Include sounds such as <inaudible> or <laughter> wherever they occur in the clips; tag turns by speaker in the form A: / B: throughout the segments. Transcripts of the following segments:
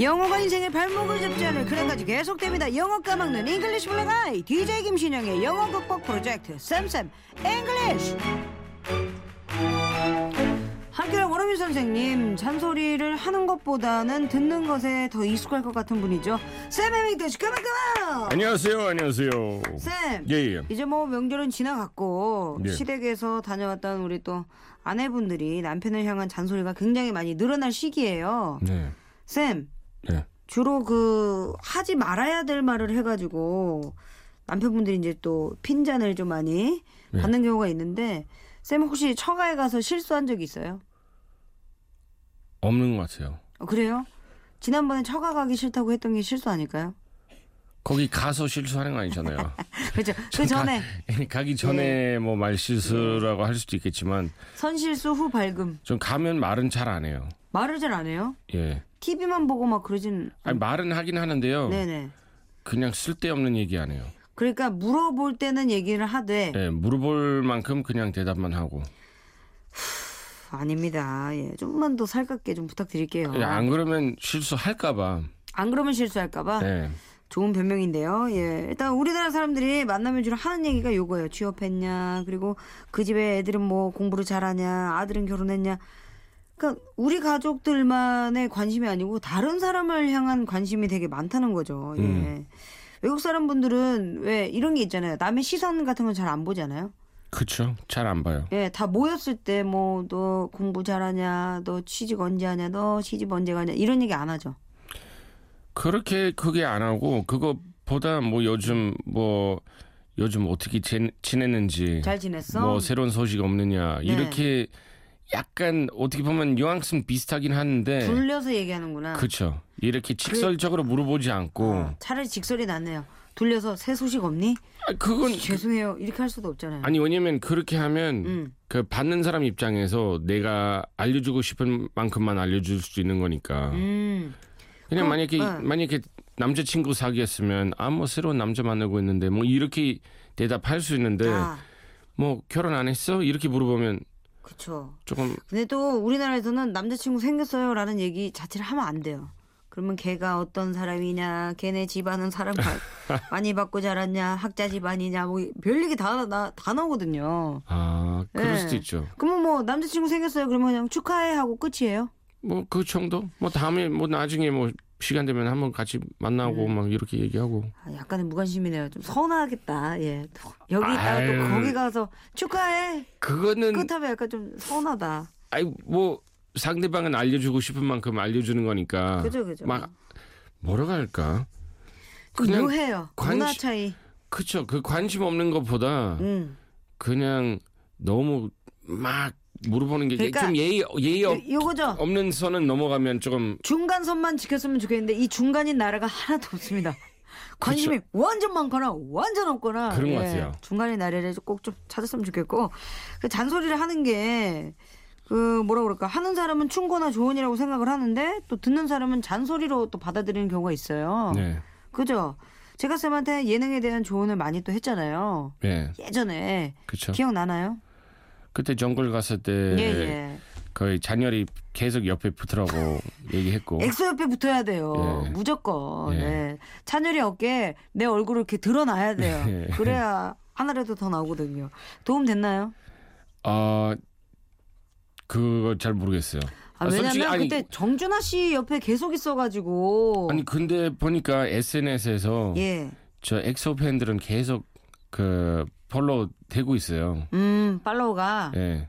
A: 영어가 인생의 발목을 잡지 않을 그날까지 계속됩니다. 영어 까먹는 잉글리시 블랙아이 DJ 김신영의 영어 극복 프로젝트 쌤쌤 잉글리시 한결 원어민 선생님 잔소리를 하는 것보다는 듣는 것에 더 익숙할 것 같은 분이죠. 쌤 해밍대시 그만 그만!
B: 안녕하세요, 안녕하세요.
A: 쌤!
B: 예, 예.
A: 이제 뭐 명절은 지나갔고
B: 예.
A: 시댁에서 다녀왔던 우리 또 아내분들이 남편을 향한 잔소리가 굉장히 많이 늘어날 시기예요.
B: 네,
A: 쌤
B: 네.
A: 주로 그 하지 말아야 될 말을 해가지고 남편분들이 이제 또 핀잔을 좀 많이
B: 네.
A: 받는 경우가 있는데 쌤 혹시 처가에 가서 실수한 적 있어요?
B: 없는 것 같아요.
A: 어, 그래요? 지난번에 처가 가기 싫다고 했던 게 실수 아닐까요? <laughs>
B: 거기 가서 실수하는 거 <laughs> 아니잖아요.
A: 그렇죠. 그 전에
B: 가, 기 전에 뭐 말실수라고 할 수도 있겠지만,
A: 선실수 후 발금
B: 전 가면 말은 잘 안 해요.
A: 말을 잘 안 해요.
B: 예.
A: TV만 보고 막 그러진
B: 아니, 말은 하긴 하는데요.
A: 네네.
B: 그냥 쓸데없는 얘기 안 해요.
A: 그러니까 물어볼 때는 얘기를 하되
B: 예, 물어볼 만큼 그냥 대답만 하고.
A: "푸, 아닙니다. 예, 좀만 더 살갑게 좀 부탁드릴게요.
B: 예, 안 그러면 실수할까봐.
A: 안 그러면 실수할까봐
B: 예.
A: 좋은 변명인데요. 예, 일단 우리나라 사람들이 만나면 주로 하는 얘기가 요거예요. 취업했냐? 그리고 그 집에 애들은 뭐 공부를 잘하냐? 아들은 결혼했냐? 그러니까 우리 가족들만의 관심이 아니고 다른 사람을 향한 관심이 되게 많다는 거죠. 예.
B: 음.
A: 외국 사람 분들은 왜 이런 게 있잖아요. 남의 시선 같은 건 잘 안 보잖아요.
B: 그쵸. 잘 안 봐요.
A: 예, 다 모였을 때 뭐 너 공부 잘하냐, 너 취직 언제 하냐, 너 시집 언제 가냐 이런 얘기 안 하죠.
B: 그렇게 크게 안 하고, 그거보다 뭐 요즘 뭐, 요즘 어떻게 지, 지냈는지.
A: 잘 지냈어? 네.
B: 뭐 새로운 소식 없느냐 이렇게 약간 어떻게 보면 뉘앙스는 비슷하긴 하는데
A: 돌려서 얘기하는구나.
B: 그렇죠 이렇게 직설적으로 물어보지 않고
A: 아, 차라리 직설이 낫네요. 돌려서 새 소식 없니?
B: 아, 그건
A: 죄송해요. 이렇게 할 수도 없잖아요.
B: 아니 왜냐면 그렇게 하면
A: 음.
B: 그 받는 사람 입장에서 내가 알려주고 싶은 만큼만 알려줄 수 있는 거니까
A: 음,
B: 그냥
A: 그럼,
B: 만약에
A: 네. 만약에
B: 만약에 남자친구 사귀었으면 아 뭐 새로운 남자 만나고 있는데 뭐 이렇게 대답할 수 있는데
A: 아,
B: 뭐 결혼 안 했어 이렇게 물어보면
A: 그쵸.
B: 조금
A: 근데 또 우리나라에서는 남자친구 생겼어요라는 얘기 자체를 하면 안 돼요. 그러면 걔가 어떤 사람이냐, 걔네 집안은 사람 바-
B: <laughs>
A: 많이 받고 자랐냐, 학자 집안이냐, 뭐 별 얘기 다, 나, 다 나오거든요.
B: 아 그럴
A: 네.
B: 수도 있죠
A: 그러면 뭐 남자친구 생겼어요. 그러면 그냥 축하해 하고 끝이에요.
B: 뭐 그 정도? 뭐 다음에 뭐 나중에 뭐 시간 되면 한번 같이 만나고
A: 음.
B: 막 이렇게 얘기하고.
A: 아, 약간의 무관심이네요. 좀 서운하겠다. 예. 또 여기 있다가 또
B: 아유. 음.
A: 거기 가서 축하해.
B: 그거는
A: 끝하면 약간 좀 서운하다.
B: 아니 뭐 상대방은 알려주고 싶은 만큼 알려주는 거니까.
A: 그죠, 그죠.
B: 막 뭐라고 할까?
A: 좀
B: 그냥
A: 묘해요.
B: 관심-
A: 문화 차이.
B: 그쵸. 그 관심 없는 것보다
A: 음.
B: 그냥 너무 막 물어보는 게
A: 그러니까
B: 좀 예의 예의 없,
A: 요, 거죠
B: 없는 선은 넘어가면 조금
A: 중간선만 지켰으면 좋겠는데 이 중간인 나라가 하나도 없습니다. 관심이 완전 많거나 완전 없거나
B: 그렇죠.
A: 예,
B: 그런 것 같아요.
A: 중간인 나라를 꼭 좀 찾았으면 좋겠고 그 잔소리를 하는 게 그 뭐라 그럴까 하는 사람은 충고나 조언이라고 생각을 하는데 또 듣는 사람은 잔소리로 또 받아들이는 경우가 있어요.
B: 네.
A: 그죠? 제가 쌤한테 예능에 대한 조언을 많이 또 했잖아요.
B: 예.
A: 예전에
B: 그쵸.
A: 기억나나요?
B: 그때 정글 갔을 때
A: 예, 예.
B: 거의 잔열이 계속
A: <laughs>
B: 옆에 붙으라고 얘기했고.
A: 엑소 옆에 붙어야 돼요.
B: 예.
A: 무조건.
B: 예.
A: 네. 찬열이 어깨에 내 얼굴을 이렇게 드러나야 돼요.
B: 예.
A: 그래야 하나라도 더 나오거든요. 도움 됐나요?
B: 아 그거 잘 모르겠어요.
A: 아,
B: 아,
A: 왜냐면
B: 솔직히 아니-
A: 그때 정준하 씨 옆에 계속 있어가지고.
B: 아니 근데 보니까 SNS에서
A: 예.
B: 저 엑소 팬들은 계속 그 팔로우 되고 있어요.
A: 음, 팔로우가.
B: 예.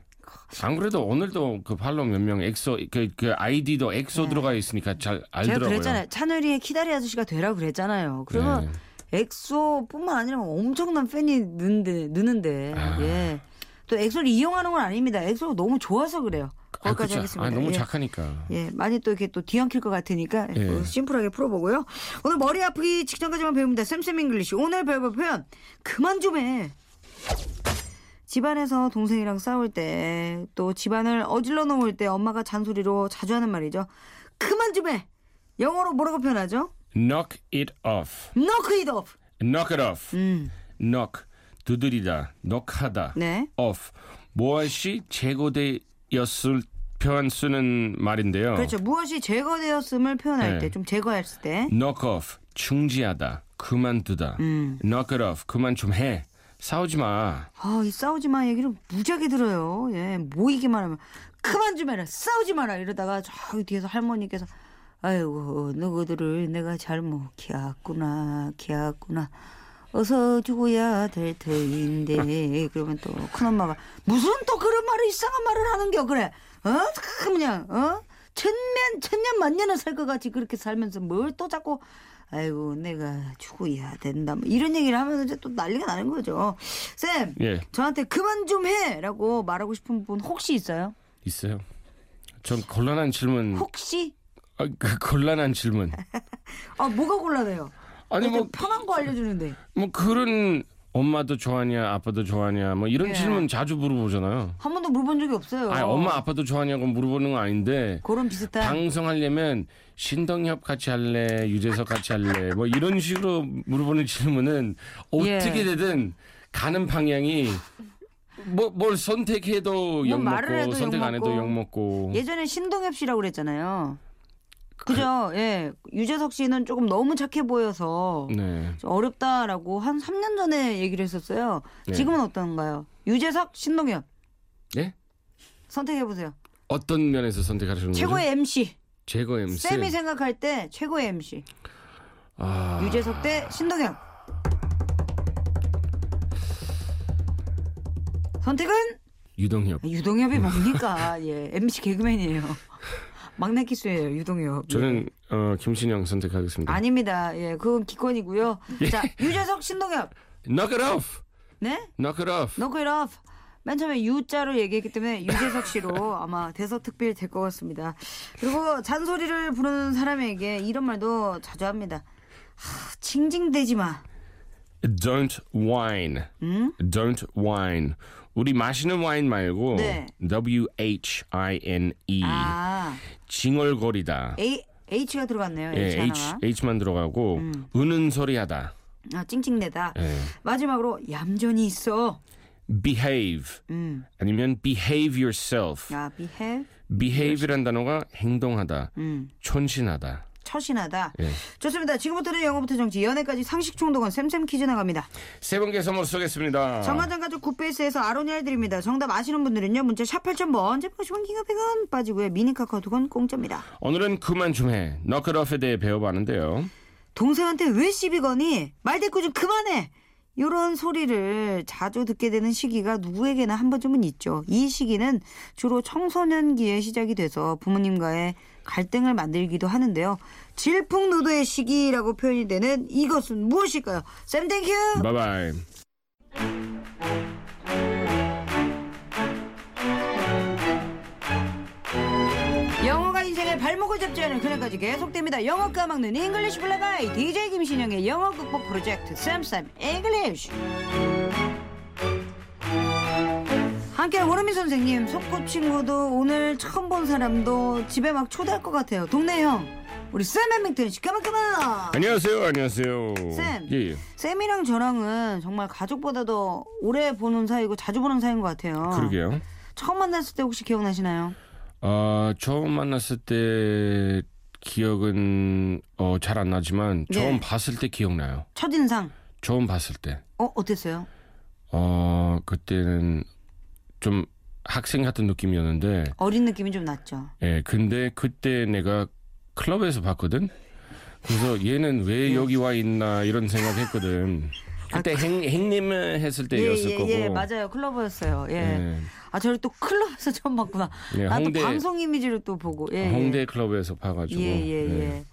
B: 안 그래도 오늘도 그 팔로우 몇 명 엑소 그, 그 아이디도 엑소 들어가 있으니까 잘
A: 네. 제가
B: 알더라고요.
A: 그랬잖아요. 찬열이의 키다리 아저씨가 되라고 그랬잖아요. 그러면
B: 네.
A: 엑소뿐만 아니라 뭐 엄청난 팬이 느는데, 느는데
B: 아.
A: 예. 또 엑소를 이용하는 건 아닙니다. 엑소가 너무 좋아서 그래요.
B: 아,
A: 거기까지
B: 그쵸.
A: 하겠습니다.
B: 아, 너무
A: 예.
B: 착하니까.
A: 예, 많이 또 이렇게 또 뒤엉킬 것 같으니까
B: 예.
A: 뭐 심플하게 풀어보고요. 오늘 머리 아프기 직전까지만 배웁니다. 쌤쌤 잉글리시 오늘 배워볼 표현 그만 좀 해. 집안에서 동생이랑 싸울 때 또 집안을 어질러 놓을 때 엄마가 잔소리로 자주 하는 말이죠. 그만 좀 해. 영어로 뭐라고 표현하죠?
B: Knock it off.
A: Knock it off.
B: Knock it off.
A: 음,
B: Knock 두드리다. knock하다.
A: 네.
B: off. 무엇이 제거되었을 표현 쓰는 말인데요.
A: 그렇죠. 무엇이 제거되었음을 표현할
B: 어. 네.
A: 때, 좀 제거했을 때.
B: knock off 중지하다 그만두다
A: 음.
B: knock it off 그만 좀 해 싸우지 마
A: 아, 이 싸우지 마 얘기를 무지하게 들어요. 예, 모이기만 하면 그만 좀 해라, 싸우지 마라 이러다가 저기 뒤에서 할머니께서 아이고 너희들을 내가 잘못 키웠구나, 키웠구나. 어서 죽어야 될 터인데 그러면 또 큰 엄마가 무슨 또 그런 말을 이상한 말을 하는겨 그래? 어, 참 그냥 어 천년 천년 만년을 살 것 같이 그렇게 살면서 뭘 또 자꾸 아이고 내가 죽어야 된다 뭐 이런 얘기를 하면서 이제 또 난리가 나는 거죠. 쌤,
B: 예
A: 저한테 그만 좀 해라고 말하고 싶은 분 혹시 있어요?
B: 있어요 전 곤란한 질문
A: 혹시?
B: 아, 그 곤란한 질문
A: 아 뭐가 곤란해요?
B: 아니 뭐
A: 좀
B: 뭐
A: 편한 거 알려주는데.
B: 그런 엄마도 좋아하냐 아빠도 좋아하냐 뭐 이런
A: 예. 그렇죠.
B: 질문 자주 물어보잖아요
A: 한 번도 물어본 적이 없어요.
B: 아니 엄마 아빠도 좋아하냐고 물어보는 건 아닌데
A: 그런 비슷한.
B: 방송하려면 신동엽 같이 할래 유재석 같이 할래 뭐 이런 식으로 물어보는 질문은
A: 예.
B: 어떻게 되든 가는 방향이 뭐, 뭘 선택해도
A: 뭐 말을 해도
B: 욕먹고 선택 안 해도
A: 욕먹고.
B: 욕먹고
A: 예전에 신동엽 씨라고 그랬잖아요. 그죠? 예. 유재석 씨는 조금 너무 착해 보여서
B: 네
A: 어렵다라고 한 3년 전에 얘기를 했었어요.
B: 네.
A: 지금은 어떤가요? 유재석, 신동엽
B: 예?
A: 선택해 보세요.
B: 어떤 면에서 선택하시는 거죠?
A: 최고의 MC.
B: 최고 MC
A: 쌤이 생각할 때 최고의 MC.
B: 아,
A: 유재석 대 신동엽. 선택은
B: 유동엽
A: 유동엽이
B: <laughs>
A: 뭡니까? 예, MC 개그맨이에요. 막내 키스예요, 유동엽.
B: 저는 어, 김신영 선택하겠습니다
A: 예. 아닙니다. 예, 그건 기권이고요.
B: 예.
A: 자, 유재석, 신동엽.
B: Knock it off
A: 네?
B: Knock it off
A: Knock it off. 맨 처음에 U자로 얘기했기 때문에 유재석 씨로 아마 대서특필 될 것 같습니다. 그리고 잔소리를 부르는 사람에게 이런 말도 자주 합니다. 하, 징징대지 마.
B: Don't wine
A: 응?
B: Don't wine 우리 마시는 와인 말고
A: 네.
B: W-H-I-N-E
A: 아,
B: E. 징얼거리다.
A: A, H가 들어갔네요. 음. H
B: 예, H,
A: 하나가.
B: H만 들어가고 우는 소리하다.
A: 아, 찡찡대다.
B: 예.
A: 마지막으로 얌전히 있어.
B: Behave
A: 음.
B: 아니면 behave yourself.
A: 아, behave.
B: Behave란 단어가 행동하다,
A: 음.
B: 촌신하다.
A: 처신하다.
B: 예.
A: 좋습니다. 지금부터는 영어부터 정치, 연애까지 상식 총동원 쌤쌤 퀴즈 나갑니다.
B: 세 번째 선물 쏘겠습니다.
A: 정관장 가족 굿베이스에서 아로니아 드립니다. 정답 아시는 분들은요. 문자 샵 8000번, 제시원 긴가백원 빠지고요. 미니카카오톡은 공짜입니다.
B: 오늘은 그만 좀 해. 너클오프에 대해 배워봤는데요.
A: 동생한테 왜 시비 거니? 말대꾸 좀 그만해! 요런 소리를 자주 듣게 되는 시기가 누구에게나 한 번쯤은 있죠. 이 시기는 주로 청소년기에 시작이 돼서 부모님과의 갈등을 만들기도 하는데요. 질풍노도의 시기라고 표현이 되는 이것은 무엇일까요? 쌤 땡큐!
B: 바이바이.
A: 영어가 인생의 발목을 잡지 않은 그날까지 계속됩니다. 영어 까막는 잉글리시 블라바이 DJ 김신영의 영어 극복 프로젝트 쌤쌤 잉글리시 함께 호르미 선생님, 속고 친구도 오늘 처음 본 사람도 집에 막 초대할 것 같아요. 동네 형, 우리 쌤 해밍턴 씨, 까만까만!
B: 안녕하세요, 안녕하세요.
A: 쌤.
B: 예, 예.
A: 쌤이랑 저랑은 정말 가족보다도 오래 보는 사이고 자주 보는 사이인 것 같아요.
B: 그러게요.
A: 처음 만났을 때 혹시 기억나시나요?
B: 아, 처음 만났을 때 기억은 어, 잘 안 나지만 처음
A: 네.
B: 봤을 때 기억나요.
A: 첫인상,
B: 처음 봤을 때.
A: 어, 어땠어요?
B: 어, 그때는 좀 학생 같은 느낌이었는데
A: 어린 느낌이 좀 났죠.
B: 예, 근데 그때 내가 클럽에서 봤거든. 그래서 얘는
A: 네.
B: 왜 여기 와 있나 이런 생각했거든. 그때 행 행님을 했을 때였을
A: 아, 예,
B: 거고.
A: 예, 맞아요. 클럽이었어요. 예.
B: 예.
A: 아, 저를 또 클럽에서 처음 봤구나.
B: 예,
A: 나도
B: 홍대
A: 방송 이미지로 또 보고. 예,
B: 홍대 클럽에서 봐
A: 예,
B: 가지고.
A: 예, 예. 예.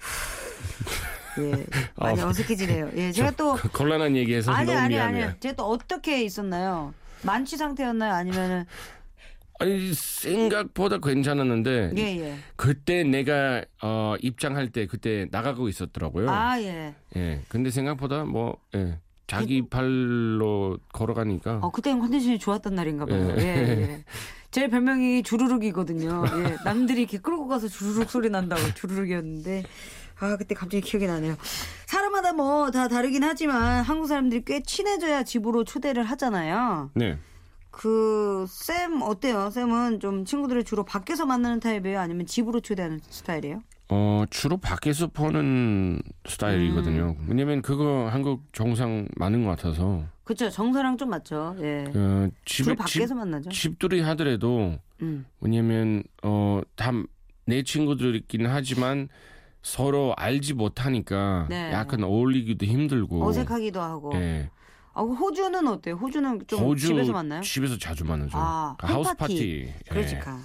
B: <laughs>
A: 예, 많이
B: 아,
A: 어색해지네요. 예, 제가 또
B: 그, 곤란한 얘기해서
A: 아니
B: 너무
A: 아니
B: 미안해요.
A: 아니요. 제가 또 어떻게 있었나요? 만취 상태였나요? 아니면은
B: 아니 생각보다 괜찮았는데
A: 예, 예.
B: 그때 내가 어, 입장할 때 그때 나가고 있었더라고요.
A: 아, 예.
B: 예. 근데 생각보다 뭐 예, 자기 발로 걸어가니까
A: 어, 그때는 컨디션이 좋았던 날인가 봐요.
B: 음. 예.
A: 예, 예. 제 별명이 주르륵이거든요. 예. 남들이 이렇게 끌고 가서 주르륵 소리 난다고 주르륵이었는데. 아, 그때 갑자기 기억이 나네요. 사람마다 뭐 다 다르긴 하지만 한국 사람들이 꽤 친해져야 집으로 초대를 하잖아요.
B: 네.
A: 그 쌤 어때요? 쌤은 좀 친구들을 주로 밖에서 만나는 타입이에요? 아니면 집으로 초대하는 스타일이에요?
B: 어, 주로 밖에서 퍼는 스타일이거든요.
A: 음.
B: 왜냐면 그거 한국 정상 많은 것 같아서
A: 그렇죠. 정서랑 좀 맞죠. 예.
B: 어, 집에
A: 주로 밖에서 만나죠.
B: 집, 집들이 하더라도
A: 음.
B: 왜냐면 어, 다 내 친구들이긴 하지만 서로 알지 못하니까
A: 네.
B: 약간 어울리기도 힘들고
A: 어색하기도 하고.
B: 예.
A: 아, 호주는 어때요? 호주는 좀
B: 호주
A: 집에서 만나요?
B: 집에서 자주 만나죠.
A: 아,
B: 그러니까 하우스
A: 홈파티.
B: 파티. 예.
A: 그러니까. 하,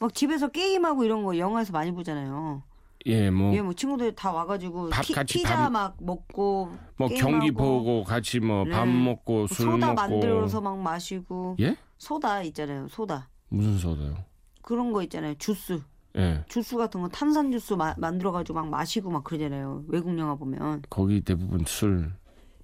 A: 막 집에서 게임하고 이런 거 영화에서 많이 보잖아요.
B: 예. 예, 뭐,
A: 예, 뭐 친구들 다 와가지고
B: 밥
A: 피,
B: 같이
A: 피자
B: 밥-
A: 막 먹고
B: 뭐
A: 게임하고.
B: 경기 보고 같이 뭐 밥
A: 네.
B: 먹고 술
A: 소다
B: 먹고
A: 만들어서 막 마시고
B: 예?
A: 소다 있잖아요. 소다
B: 무슨 소다요?
A: 그런 거 있잖아요. 주스
B: 예.
A: 주스 같은 거 탄산 주스 마- 만들어가지고 막 마시고 막 그러잖아요. 외국 영화 보면
B: 거기 대부분 술.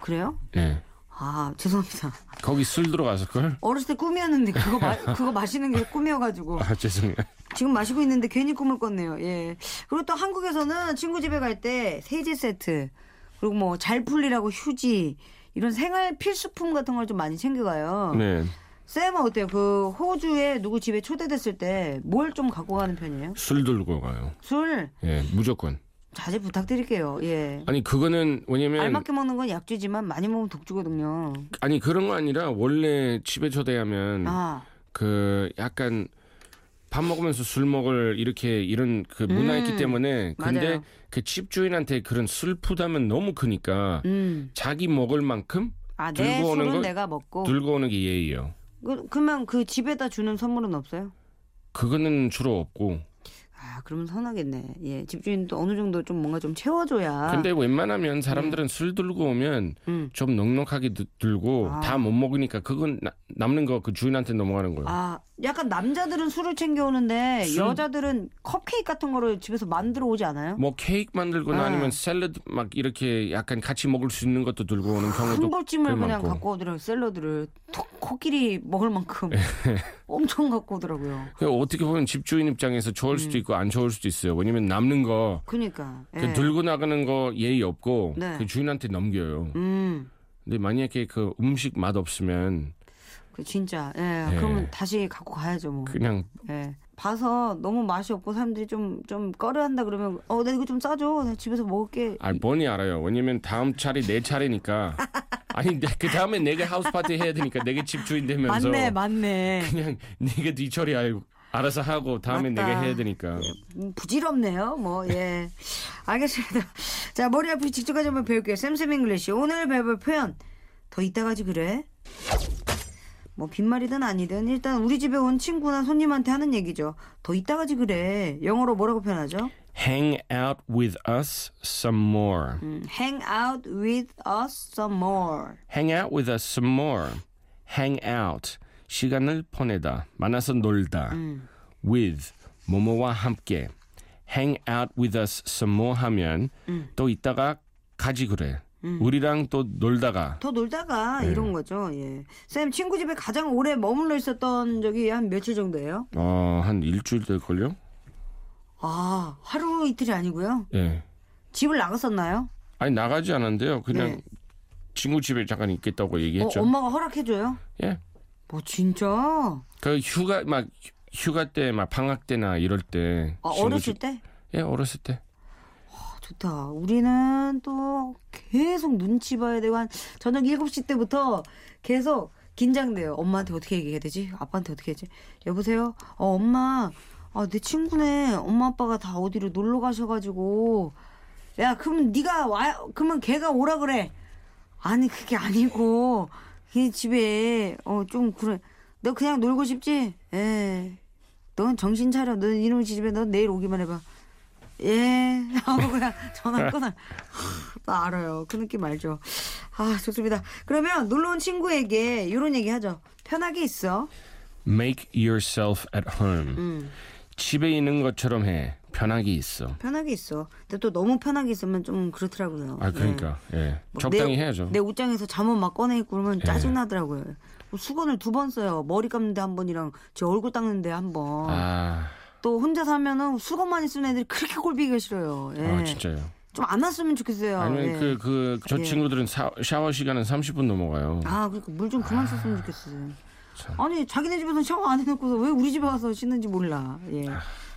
A: 그래요?
B: 예.
A: 아 <laughs> 죄송합니다.
B: 거기 술 들어가서 그걸?
A: 어렸을 때 꿈이었는데 그거 마, 그거 마시는 게 꿈이어가지고
B: 아 죄송해요.
A: 지금 마시고 있는데 괜히 꿈을 꿨네요. 예. 그리고 또 한국에서는 친구 집에 갈 때 세제 세트 그리고 뭐 잘 풀리라고 휴지 이런 생활 필수품 같은 걸 좀 많이 챙겨가요.
B: 네.
A: 쌤은 어때요? 그 호주에 누구 집에 초대됐을 때 뭘 좀 갖고 가는 편이에요?
B: 술 들고 가요.
A: 술
B: 예, 무조건.
A: 자제 부탁드릴게요. 예.
B: 아니 그거는 왜냐면
A: 알맞게 먹는 건 약주지만 많이 먹으면 독주거든요.
B: 아니 그런 거 아니라 원래 집에 초대하면
A: 아,
B: 그 약간 밥 먹으면서 술 먹을 이렇게 이런 그 문화 있기 때문에 근데
A: 음, 맞아요.
B: 그 집주인한테 그런 술 부담은 너무 크니까
A: 음.
B: 자기 먹을 만큼
A: 아, 내
B: 들고 오는
A: 술은
B: 걸
A: 내가 먹고.
B: 들고 오는 게 예의예요.
A: 그, 그러면 그 집에다 주는 선물은 없어요?
B: 그거는 주로 없고
A: 아, 그러면 선하겠네. 예, 집주인도 어느 정도 좀 뭔가 좀 채워줘야.
B: 근데 웬만하면
A: 네.
B: 사람들은 술 들고 오면
A: 음.
B: 좀 넉넉하게 드- 들고
A: 아.
B: 다 못 먹으니까 그건 나- 남는 거 그 주인한테 넘어가는 거예요.
A: 아, 약간 남자들은 술을 챙겨오는데
B: 술?
A: 여자들은 컵케이크 같은 거를 집에서 만들어 오지 않아요?
B: 뭐 케이크 만들거나
A: 아.
B: 아니면 샐러드 막 이렇게 약간 같이 먹을 수 있는 것도 들고 오는
A: 한
B: 경우도
A: 볼찜을
B: 꽤
A: 그냥
B: 많고.
A: 갖고 오더라고요. 샐러드를 톡, 코끼리 먹을 만큼
B: 예.
A: <laughs> 엄청 갖고 오더라고요.
B: 그 어떻게 보면 집주인 입장에서 좋을
A: 음.
B: 수도 있고 안 좋을 수도 있어요. 왜냐면 남는 거
A: 그니까. 예.
B: 그 들고 나가는 거 예의 없고
A: 네.
B: 그 주인한테 넘겨요.
A: 음,
B: 근데 만약에 그 음식 맛 없으면
A: 그 진짜. 예,
B: 예.
A: 그러면 다시 갖고 가야죠 뭐.
B: 그냥
A: 예. 봐서 너무 맛이 없고 사람들이 좀 좀 꺼려한다 그러면 어, 나 이거 좀 싸줘. 나 집에서 먹을게.
B: 아, 뻔히 알아요. 왜냐면 다음 차례 내
A: <laughs>
B: 차례니까 아니 그 다음에 내가 하우스 파티 해야 되니까 내가 집주인 되면서
A: 맞네, 맞네.
B: 그냥 네가 뒤처리 알고 알아서 하고 다음에
A: 맞다.
B: 내가 해야 되니까
A: 음, 부질없네요. 뭐, 예. 알겠습니다. 자, 머리 아프기 직전까지 한번 배울게요. 쌤쌤 잉글리시. 오늘 배울 표현. 더 이따가지 그래? 뭐, 빈말이든 아니든 일단 우리 집에 온 친구나 손님한테 하는 얘기죠. 더 이따가지 그래. 영어로 뭐라고 표현하죠?
B: hang out with us some more.
A: 음, hang out with us some more.
B: hang out with us some more. hang out 시간을 보내다 만나서 놀다
A: 음.
B: with 뭐뭐와 함께 hang out with us some more 하면
A: 음.
B: 또 이따가 가지 그래 우리랑 또 놀다가
A: 더 놀다가
B: 네.
A: 이런 거죠. 예. 쌤, 친구 집에 가장 오래 머물러 있었던 적이 한 며칠 정도예요?
B: 어한 일주일 될 걸요?
A: 아, 하루 이틀이 아니고요.
B: 예.
A: 집을 나갔었나요?
B: 아니 나가지 않았는데요. 그냥
A: 네.
B: 친구 집에 잠깐 있겠다고
A: 어,
B: 얘기했죠.
A: 엄마가 허락해줘요?
B: 예.
A: 뭐 진짜? 아,
B: 그 휴가 막 휴가 때 막 방학 때나 이럴 때
A: 아,
B: 친구
A: 어렸을
B: 집-
A: 때?
B: 예, 어렸을 때.
A: 아, 좋다. 우리는 또 계속 눈치 봐야 되고 한 저녁 7시 때부터 계속 긴장돼요. 엄마한테 어떻게 얘기해야 되지? 아빠한테 어떻게 해야지? 여보세요? 어, 엄마. 아, 내 친구네. 엄마 아빠가 다 어디로 놀러 가셔 가지고 야, 그러면 네가 와 그러면 걔가 오라 그래. 아니, 그게 아니고 걔 집에 어 좀 그래. 너 그냥 놀고 싶지? 예. 넌 정신 차려. 너 이놈의 집에 너 내일 오기만 해봐. 예. <laughs> 하고 그냥 전화 끊어. 나 알아요. 그 느낌 알죠. 아, 좋습니다. 그러면 놀러 온 친구에게 이런 얘기 하죠. 편하게 있어.
B: Make yourself at home.
A: 음.
B: 집에 있는 것처럼 해. 편하게 있어.
A: 편하게 있어. 근데 또 너무 편하게 있으면 좀 그렇더라고요.
B: 아 그러니까 예.
A: 뭐
B: 적당히
A: 내,
B: 해야죠.
A: 내 옷장에서 잠옷 막 꺼내 입고 그러면
B: 예.
A: 짜증나더라고요. 뭐 수건을 두 번 써요. 머리 감는데 한 번이랑 제 얼굴 닦는데 한 번.
B: 아,
A: 또 혼자 살면은 수건만 있으는 애들이 그렇게 꼴보기가 싫어요. 예.
B: 아 진짜요.
A: 좀 안 왔으면 좋겠어요.
B: 아니면
A: 예.
B: 그 그 저
A: 예.
B: 친구들은 사- 샤워 시간은 30분 넘어가요.
A: 아, 그러니까 물 좀 그만 썼으면 좋겠어요. 아니 자기네 집에서 샤워 안 해놓고서 왜 우리 집에 와서 씻는지 몰라. 예.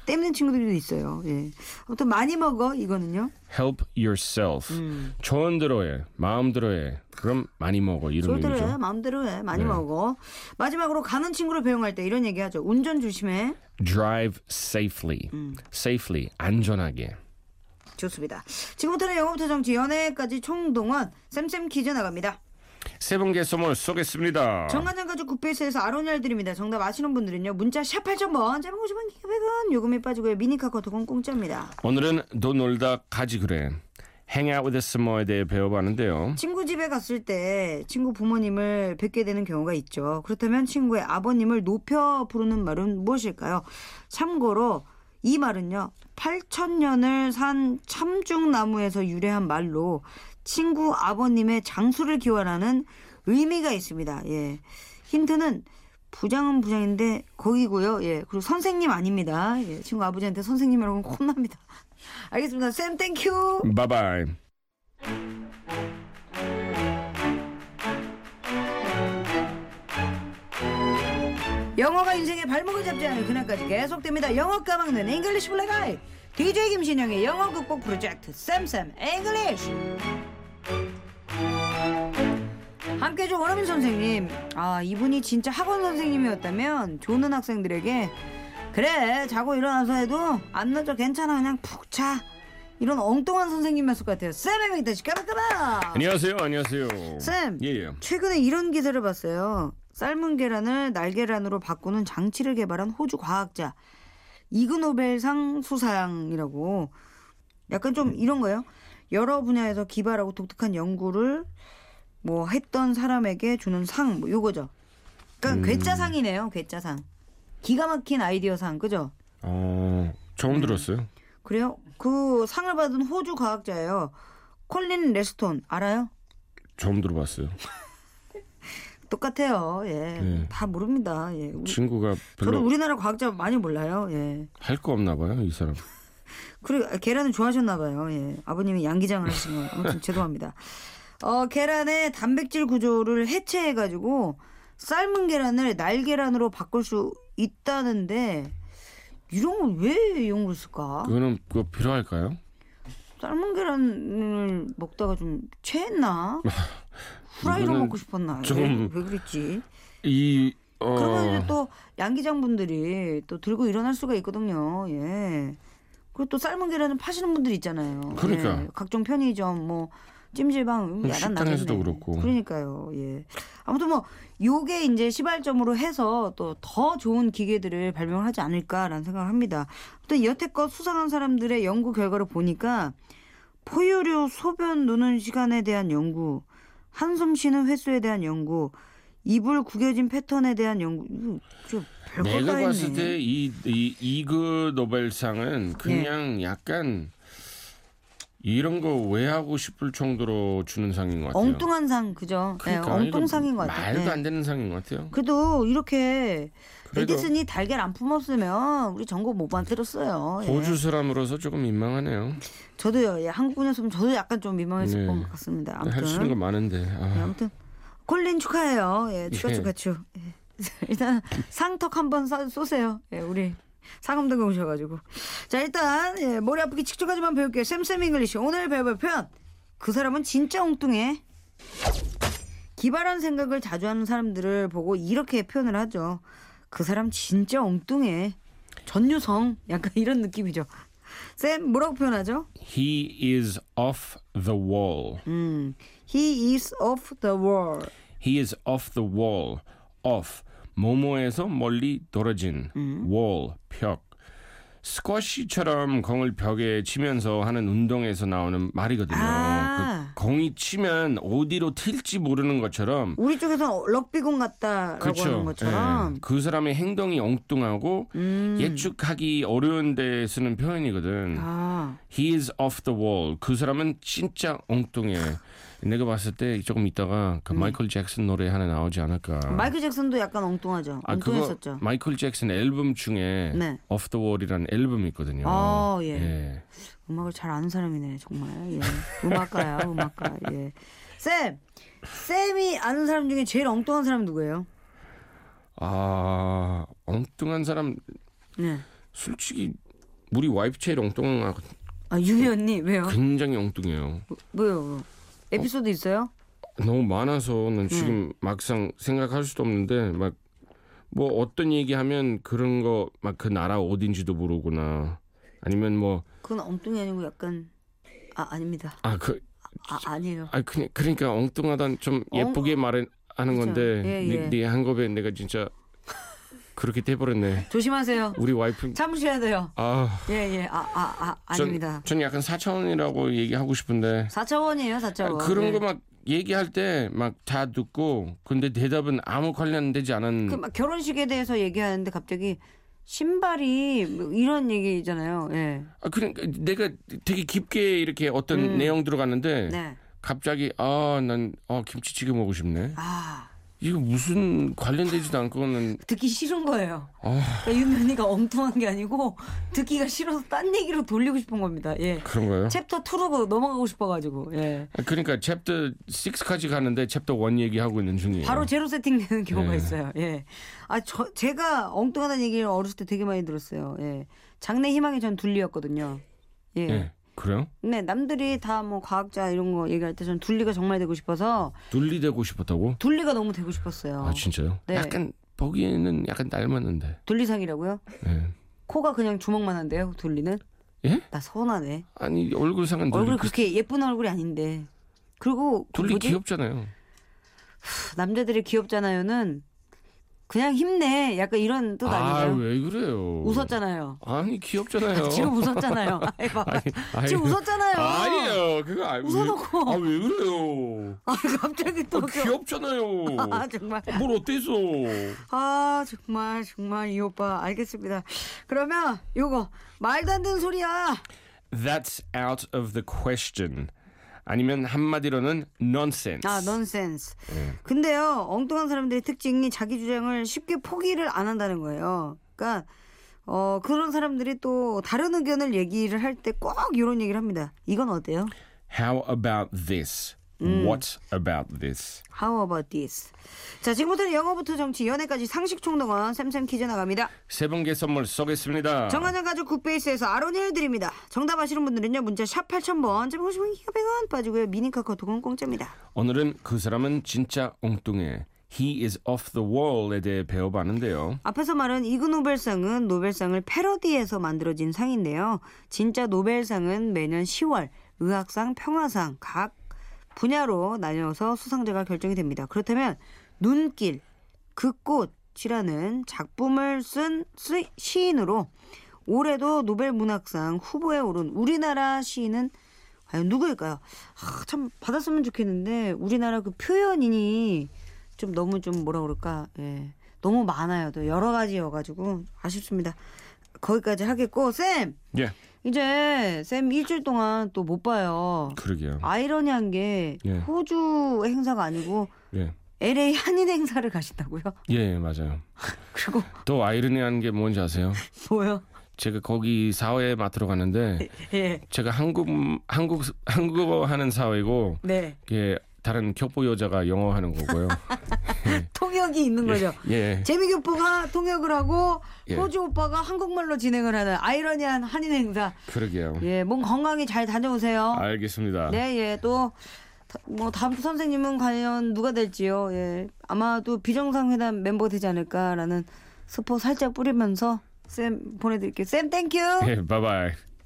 A: 떼미는 친구들도 있어요. 예. 아무튼 많이 먹어 이거는요.
B: Help yourself.
A: 음.
B: 조언대로 해. 마음대로 해. 그럼 많이 먹어. 이런
A: 절대로 해
B: 의미죠.
A: 마음대로 해 많이 먹어. 마지막으로 가는 친구를 배웅할 때 이런 얘기하죠. 운전 조심해.
B: Drive safely.
A: 음.
B: Safely. 안전하게.
A: 좋습니다. 지금부터는 영어부터 정치 연애까지 총동원 쌤쌤 퀴즈 나갑니다.
B: 세 번째 선물 쏘겠습니다.
A: 정관장 가족 굿페이스에서 아로니알 드립니다. 정답 아시는 분들은요. 문자 샵 8000번 짧은 50원 긴 100원 요금이 빠지고요. 미니카 커터건 공짜입니다.
B: 오늘은 너 놀다 가지 그래. Hang out with us some more에 대해 배워봤는데요.
A: 친구 집에 갔을 때 친구 부모님을 뵙게 되는 경우가 있죠. 그렇다면 친구의 아버님을 높여 부르는 말은 무엇일까요? 참고로 이 말은요. 8000년을 산 참중나무에서 유래한 말로 친구 아버님의 장수를 기원하는 의미가 있습니다. 예. 힌트는 부장은 부장인데 거기고요. 예. 그리고 선생님 아닙니다. 예. 친구 아버지한테 선생님이라고 하면 혼납니다. <laughs> 알겠습니다. 쌤 땡큐.
B: Bye bye.
A: 영어가 인생의 발목을 잡지 않을 그날까지 계속됩니다. 영어 까먹는 잉글리시 블랙아이 DJ 김신영의 영어 극복 프로젝트 쌤쌤 잉글리시 함께 해준 원어민 선생님 아 이분이 진짜 학원 선생님이었다면 조는 학생들에게 그래 자고 일어나서 해도 안 늦어 괜찮아 그냥 푹 자 이런 엉뚱한 선생님이었을 것 같아요 쌤의 명다시 까박까박
B: 안녕하세요. 안녕하세요.
A: 쌤.
B: 예, 예.
A: 최근에 이런 기사를 봤어요. 삶은 계란을 날계란으로 바꾸는 장치를 개발한 호주 과학자 이그노벨상 수상이라고 약간 좀 이런 거예요. 여러 분야에서 기발하고 독특한 연구를 뭐 했던 사람에게 주는 상, 뭐 요거죠. 그러니까 괴짜상이네요, 괴짜상. 기가 막힌 아이디어상, 그죠?
B: 어, 처음 들었어요.
A: 그래요? 그 상을 받은 호주 과학자예요. 콜린 레스톤, 알아요?
B: 처음 들어봤어요.
A: 똑같아요. 예.
B: 예.
A: 다 모릅니다. 예. 우리-
B: 친구가
A: 저는
B: 별로
A: 우리나라 과학자 많이 몰라요. 예.
B: 할 거 없나 봐요. 이 사람.
A: 그리고 계란을 좋아하셨나 봐요. 예. 아버님이 양기장을 하신 거예요. 아무튼 죄송합니다. 어, 계란의 단백질 구조를 해체해 가지고 삶은 계란을 날계란으로 바꿀 수 있다는데 이런 걸 왜 연구를 쓸까?
B: 그거는 그거 필요할까요?
A: 삶은 계란을 먹다가 좀
B: <laughs>
A: 체했나? 후라이로
B: 이거는
A: 먹고 싶었나? 예.
B: 좀-
A: 왜, 왜 그랬지?
B: 이 어,
A: 그러면 이제 또 양기장 분들이 또 들고 일어날 수가 있거든요. 예. 그리고 또 삶은 계란을 파시는 분들 있잖아요.
B: 그러니까.
A: 예. 각종 편의점 뭐 찜질방 음, 야단 나겠네.
B: 식당에서도 그렇고.
A: 그러니까요. 예. 아무튼 뭐 요게 이제 시발점으로 해서 또 더 좋은 기계들을 발명을 하지 않을까라는 생각을 합니다. 또 여태껏 수상한 사람들의 연구 결과를 보니까 포유류 소변 누는 시간에 대한 연구, 한숨 쉬는 횟수에 대한 연구, 이불 구겨진 패턴에 대한 연구, 이거 진짜 별거 다
B: 내가
A: 했네.
B: 봤을 때 이 이그 노벨상은
A: 네.
B: 그냥 약간 이런 거 왜 하고 싶을 정도로 주는 상인 것 같아요.
A: 엉뚱한 상 그죠? 네,
B: 그러니까
A: 엉뚱상인
B: 이거
A: 것 같아요.
B: 말도
A: 네.
B: 안 되는 상인 것 같아요.
A: 그래도 이렇게
B: 그래도-
A: 에디슨이 달걀 안 품었으면 우리 전국 못 만들었어요. 예.
B: 호주 사람으로서 조금 민망하네요.
A: 저도요. 예, 한국 분이었으면 저도 약간 좀 민망했을
B: 네.
A: 것 같습니다.
B: 할 수 있는 거
A: 아무튼
B: 많은데.
A: 예,
B: 아,
A: 아무튼 콜린 축하해요. 예, 축하
B: 예.
A: 축하 축. 예. <laughs> 일단 상턱 한번 쏴- 쏘세요. 예, 우리 상암동에 오셔가지고 자 일단 예, 머리 아프기 직전까지만 배울게요. 쌤쌤 잉글리시 오늘 배워볼 표현 그 사람은 진짜 엉뚱해. 기발한 생각을 자주 하는 사람들을 보고 이렇게 표현을 하죠. 그 사람 진짜 엉뚱해. 전유성 약간 이런 느낌이죠. 쌤 뭐라고 표현하죠?
B: He is off the wall.
A: 음, he is off the wall.
B: He is off the wall. off 뭐뭐에서 멀리 떨어진
A: 음.
B: wall 벽. 스쿼시처럼 공을 벽에 치면서 하는 운동에서 나오는 말이거든요.
A: 아.
B: 그 공이 치면 어디로 튈지 모르는 것처럼 그렇죠.
A: 우리 쪽에서 럭비공 같다라고 하는 것처럼. 음.
B: 예. 그 사람의 행동이 엉뚱하고 예측하기 어려운 데 쓰는 표현이거든.
A: 아,
B: He is off the wall. 그 사람은 진짜 엉뚱해. 내가 봤을 때 조금 있다가 그 마이클 잭슨 노래 하나 나오지 않을까.
A: 음. 마이클 잭슨도 약간 엉뚱하죠.
B: 아,
A: 엉뚱했었죠.
B: 마이클 잭슨 앨범 중에
A: 네.
B: off the wall이라는 앨범이 있거든요.
A: 아, 예.
B: 예.
A: 음악을 잘 아는 사람이네 정말. 예.
B: <laughs>
A: 음악가야 음악가. 예. 쌤 쌤이 아는 사람 중에 제일 엉뚱한 사람 누구예요?
B: 아 엉뚱한 사람
A: 네.
B: 솔직히 우리 와이프 제일 엉뚱하고
A: 아 유미 언니 왜요?
B: 굉장히 엉뚱해요.
A: 뭐요?
B: 어?
A: 뭐. 에피소드 있어요?
B: 너무
A: 네.
B: 많아서는 지금 막상 생각할 수도 없는데 막 뭐 어떤 얘기하면 그런 거 막 그 나라 어딘지도 모르거나 아니면
A: 그건 엉뚱이 아니고 약간 아 아닙니다.
B: 뭐 아 그
A: 아 아니에요.
B: 아 그냥 그러니까 엉뚱하단 좀
A: 엉-
B: 예쁘게 말해 하는
A: 그쵸.
B: 건데
A: 예, 예.
B: 네한 겁에 내가 진짜 그렇게 돼버렸네.
A: 조심하세요.
B: 우리 와이프
A: 참으셔야 돼요.
B: 아
A: 예예 아 아 아 아, 닙니다
B: 전, 전 약간 사차원이라고 얘기하고 싶은데
A: 4차원이에요 4차원.
B: 아,
A: 네.
B: 그런 거 막 얘기할 때 막 다 듣고 근데 대답은 아무 관련되지 않은
A: 그막 결혼식에 대해서 얘기하는데 갑자기 신발이 뭐 이런 얘기잖아요. 예.
B: 아, 그러니까 내가 되게 깊게 이렇게 어떤 내용 들어갔는데
A: 음. 네.
B: 갑자기 아난 아, 김치찌개 먹고 싶네.
A: 아
B: 이거 무슨 관련되지도 않고는
A: 듣기 싫은 거예요.
B: 아
A: 그러니까 윤미 언니가 엉뚱한 게 아니고 듣기가 싫어서 딴 얘기로 돌리고 싶은 겁니다. 예.
B: 그런가요?
A: 챕터 2로 넘어가고 싶어가지고 예.
B: 아, 그러니까 챕터 6까지 가는데 챕터 1 얘기하고 있는 중이에요.
A: 바로 제로 세팅되는 경우가
B: 예.
A: 있어요. 예. 아, 저, 제가 엉뚱하다는 얘기를 어렸을 때 되게 많이 들었어요. 예. 장래 희망이 전 둘리였거든요. 예.
B: 예. 그래요?
A: 네, 남들이 다 뭐 과학자 이런 거 얘기할 때 전 둘리가 정말 되고 싶어서
B: 둘리되고 싶었다고?
A: 둘리가 너무 되고 싶었어요.
B: 아 진짜요?
A: 네.
B: 약간 보기에는 약간 닮았는데.
A: 둘리상이라고요?
B: 예.
A: 코가 그냥 주먹만 한데요, 둘리는?
B: 예?
A: 나 서운하네.
B: 아니 얼굴상은 둘리,
A: 얼굴 그렇게 예쁜 얼굴이 아닌데. 그리고 그
B: 둘리
A: 뭐지?
B: 귀엽잖아요.
A: 남자들이 귀엽잖아요는 그냥 힘내. 약간 이런 뜻
B: 아
A: 아니에요?
B: 왜 그래요?
A: 웃었잖아요.
B: 아니 <laughs> 귀엽잖아요.
A: 지금 웃었잖아요. 아이, 봐봐.
B: 아니,
A: 지금 웃었잖아요.
B: 아니에요. 그거 아,
A: 웃어놓고.
B: 아 왜 그래요?
A: 아, 갑자기 또
B: 아,
A: 저-
B: 귀엽잖아요.
A: <laughs> 아, 정말.
B: 뭘 어때서?
A: 아, 정말, 정말, 이 오빠. 알겠습니다. 그러면, 요거, 말도 안 되는 소리야.
B: That's out of the question. 아니면 한마디로는 nonsense.
A: 아, 넌센스. 근데요, 엉뚱한 사람들의 특징이 자기 주장을 쉽게 포기를 안 한다는 거예요. 그러니까, 어, 그런 사람들이 또 다른 의견을 얘기를 할 때 꼭 이런 얘기를 합니다. 이건 어때요?
B: How about this? What about this?
A: How about this? 자, 지금부터는 영어부터 정치, 연애까지 상식 총동원 쌤쌤 퀴즈 나갑니다.
B: 세 번개 선물 쏘겠습니다.
A: 정관장 가족 굿베이스에서 아로니를 드립니다. 정답 아시는 분들은요. 문자 샵 8000번, 짧은 50원, 200원 빠지고요. 미니카 카톡은 공짜입니다.
B: 오늘은 그 사람은 진짜 엉뚱해. He is off the wall에 대해 배워봤는데요.
A: 앞에서 말한 이그 노벨상은 노벨상을 패러디해서 만들어진 상인데요. 진짜 노벨상은 매년 10월 의학상, 평화상 각 분야로 나뉘어서 수상자가 결정이 됩니다. 그렇다면 눈길, 그 그꽃이라는 작품을 쓴 시- 시인으로 올해도 노벨 문학상 후보에 오른 우리나라 시인은 과연 누구일까요? 아, 참 받았으면 좋겠는데 우리나라 그 표현인이 좀 너무 좀 뭐라 그럴까 예 너무 많아요 또 여러 가지여가지고 아쉽습니다 거기까지 하겠고 쌤
B: 예,
A: 이제 쌤 일주일 동안 또 못 봐요
B: 그러게요.
A: 아이러니한 게
B: 예.
A: 호주 행사가 아니고
B: 예,
A: LA 한인 행사를 가신다고요 <laughs>
B: 예, 예, 맞아요.
A: 그리고
B: 또 아이러니한 게 뭔지 아세요?
A: 뭐요
B: 제가 거기 사회 맡으러 갔는데
A: 예.
B: 제가 한국 한국 한국어 하는 사회고
A: 예 네
B: 예 다른 격보 여자가 영어
A: <laughs>
B: 하는 거고요.
A: 통역이 있는 거죠
B: 예.
A: 재미교포가 통역을 하고
B: 예.
A: 호주 오빠가 한국말로 진행을 하는 아이러니한 한인 행사
B: 그러게요.
A: 예, 몸 건강히 잘 다녀오세요.
B: 아, 알겠습니다.
A: 어? 네, 예, 또. 다- 뭐 다음 주 선생님은 과연 누가 될지요. 예, 아마도 비정상회담 멤버 되지 않을까라는 스포 살짝 뿌리면서 쌤 보내드릴게요. 쌤 땡큐.
B: 예, 바이바이.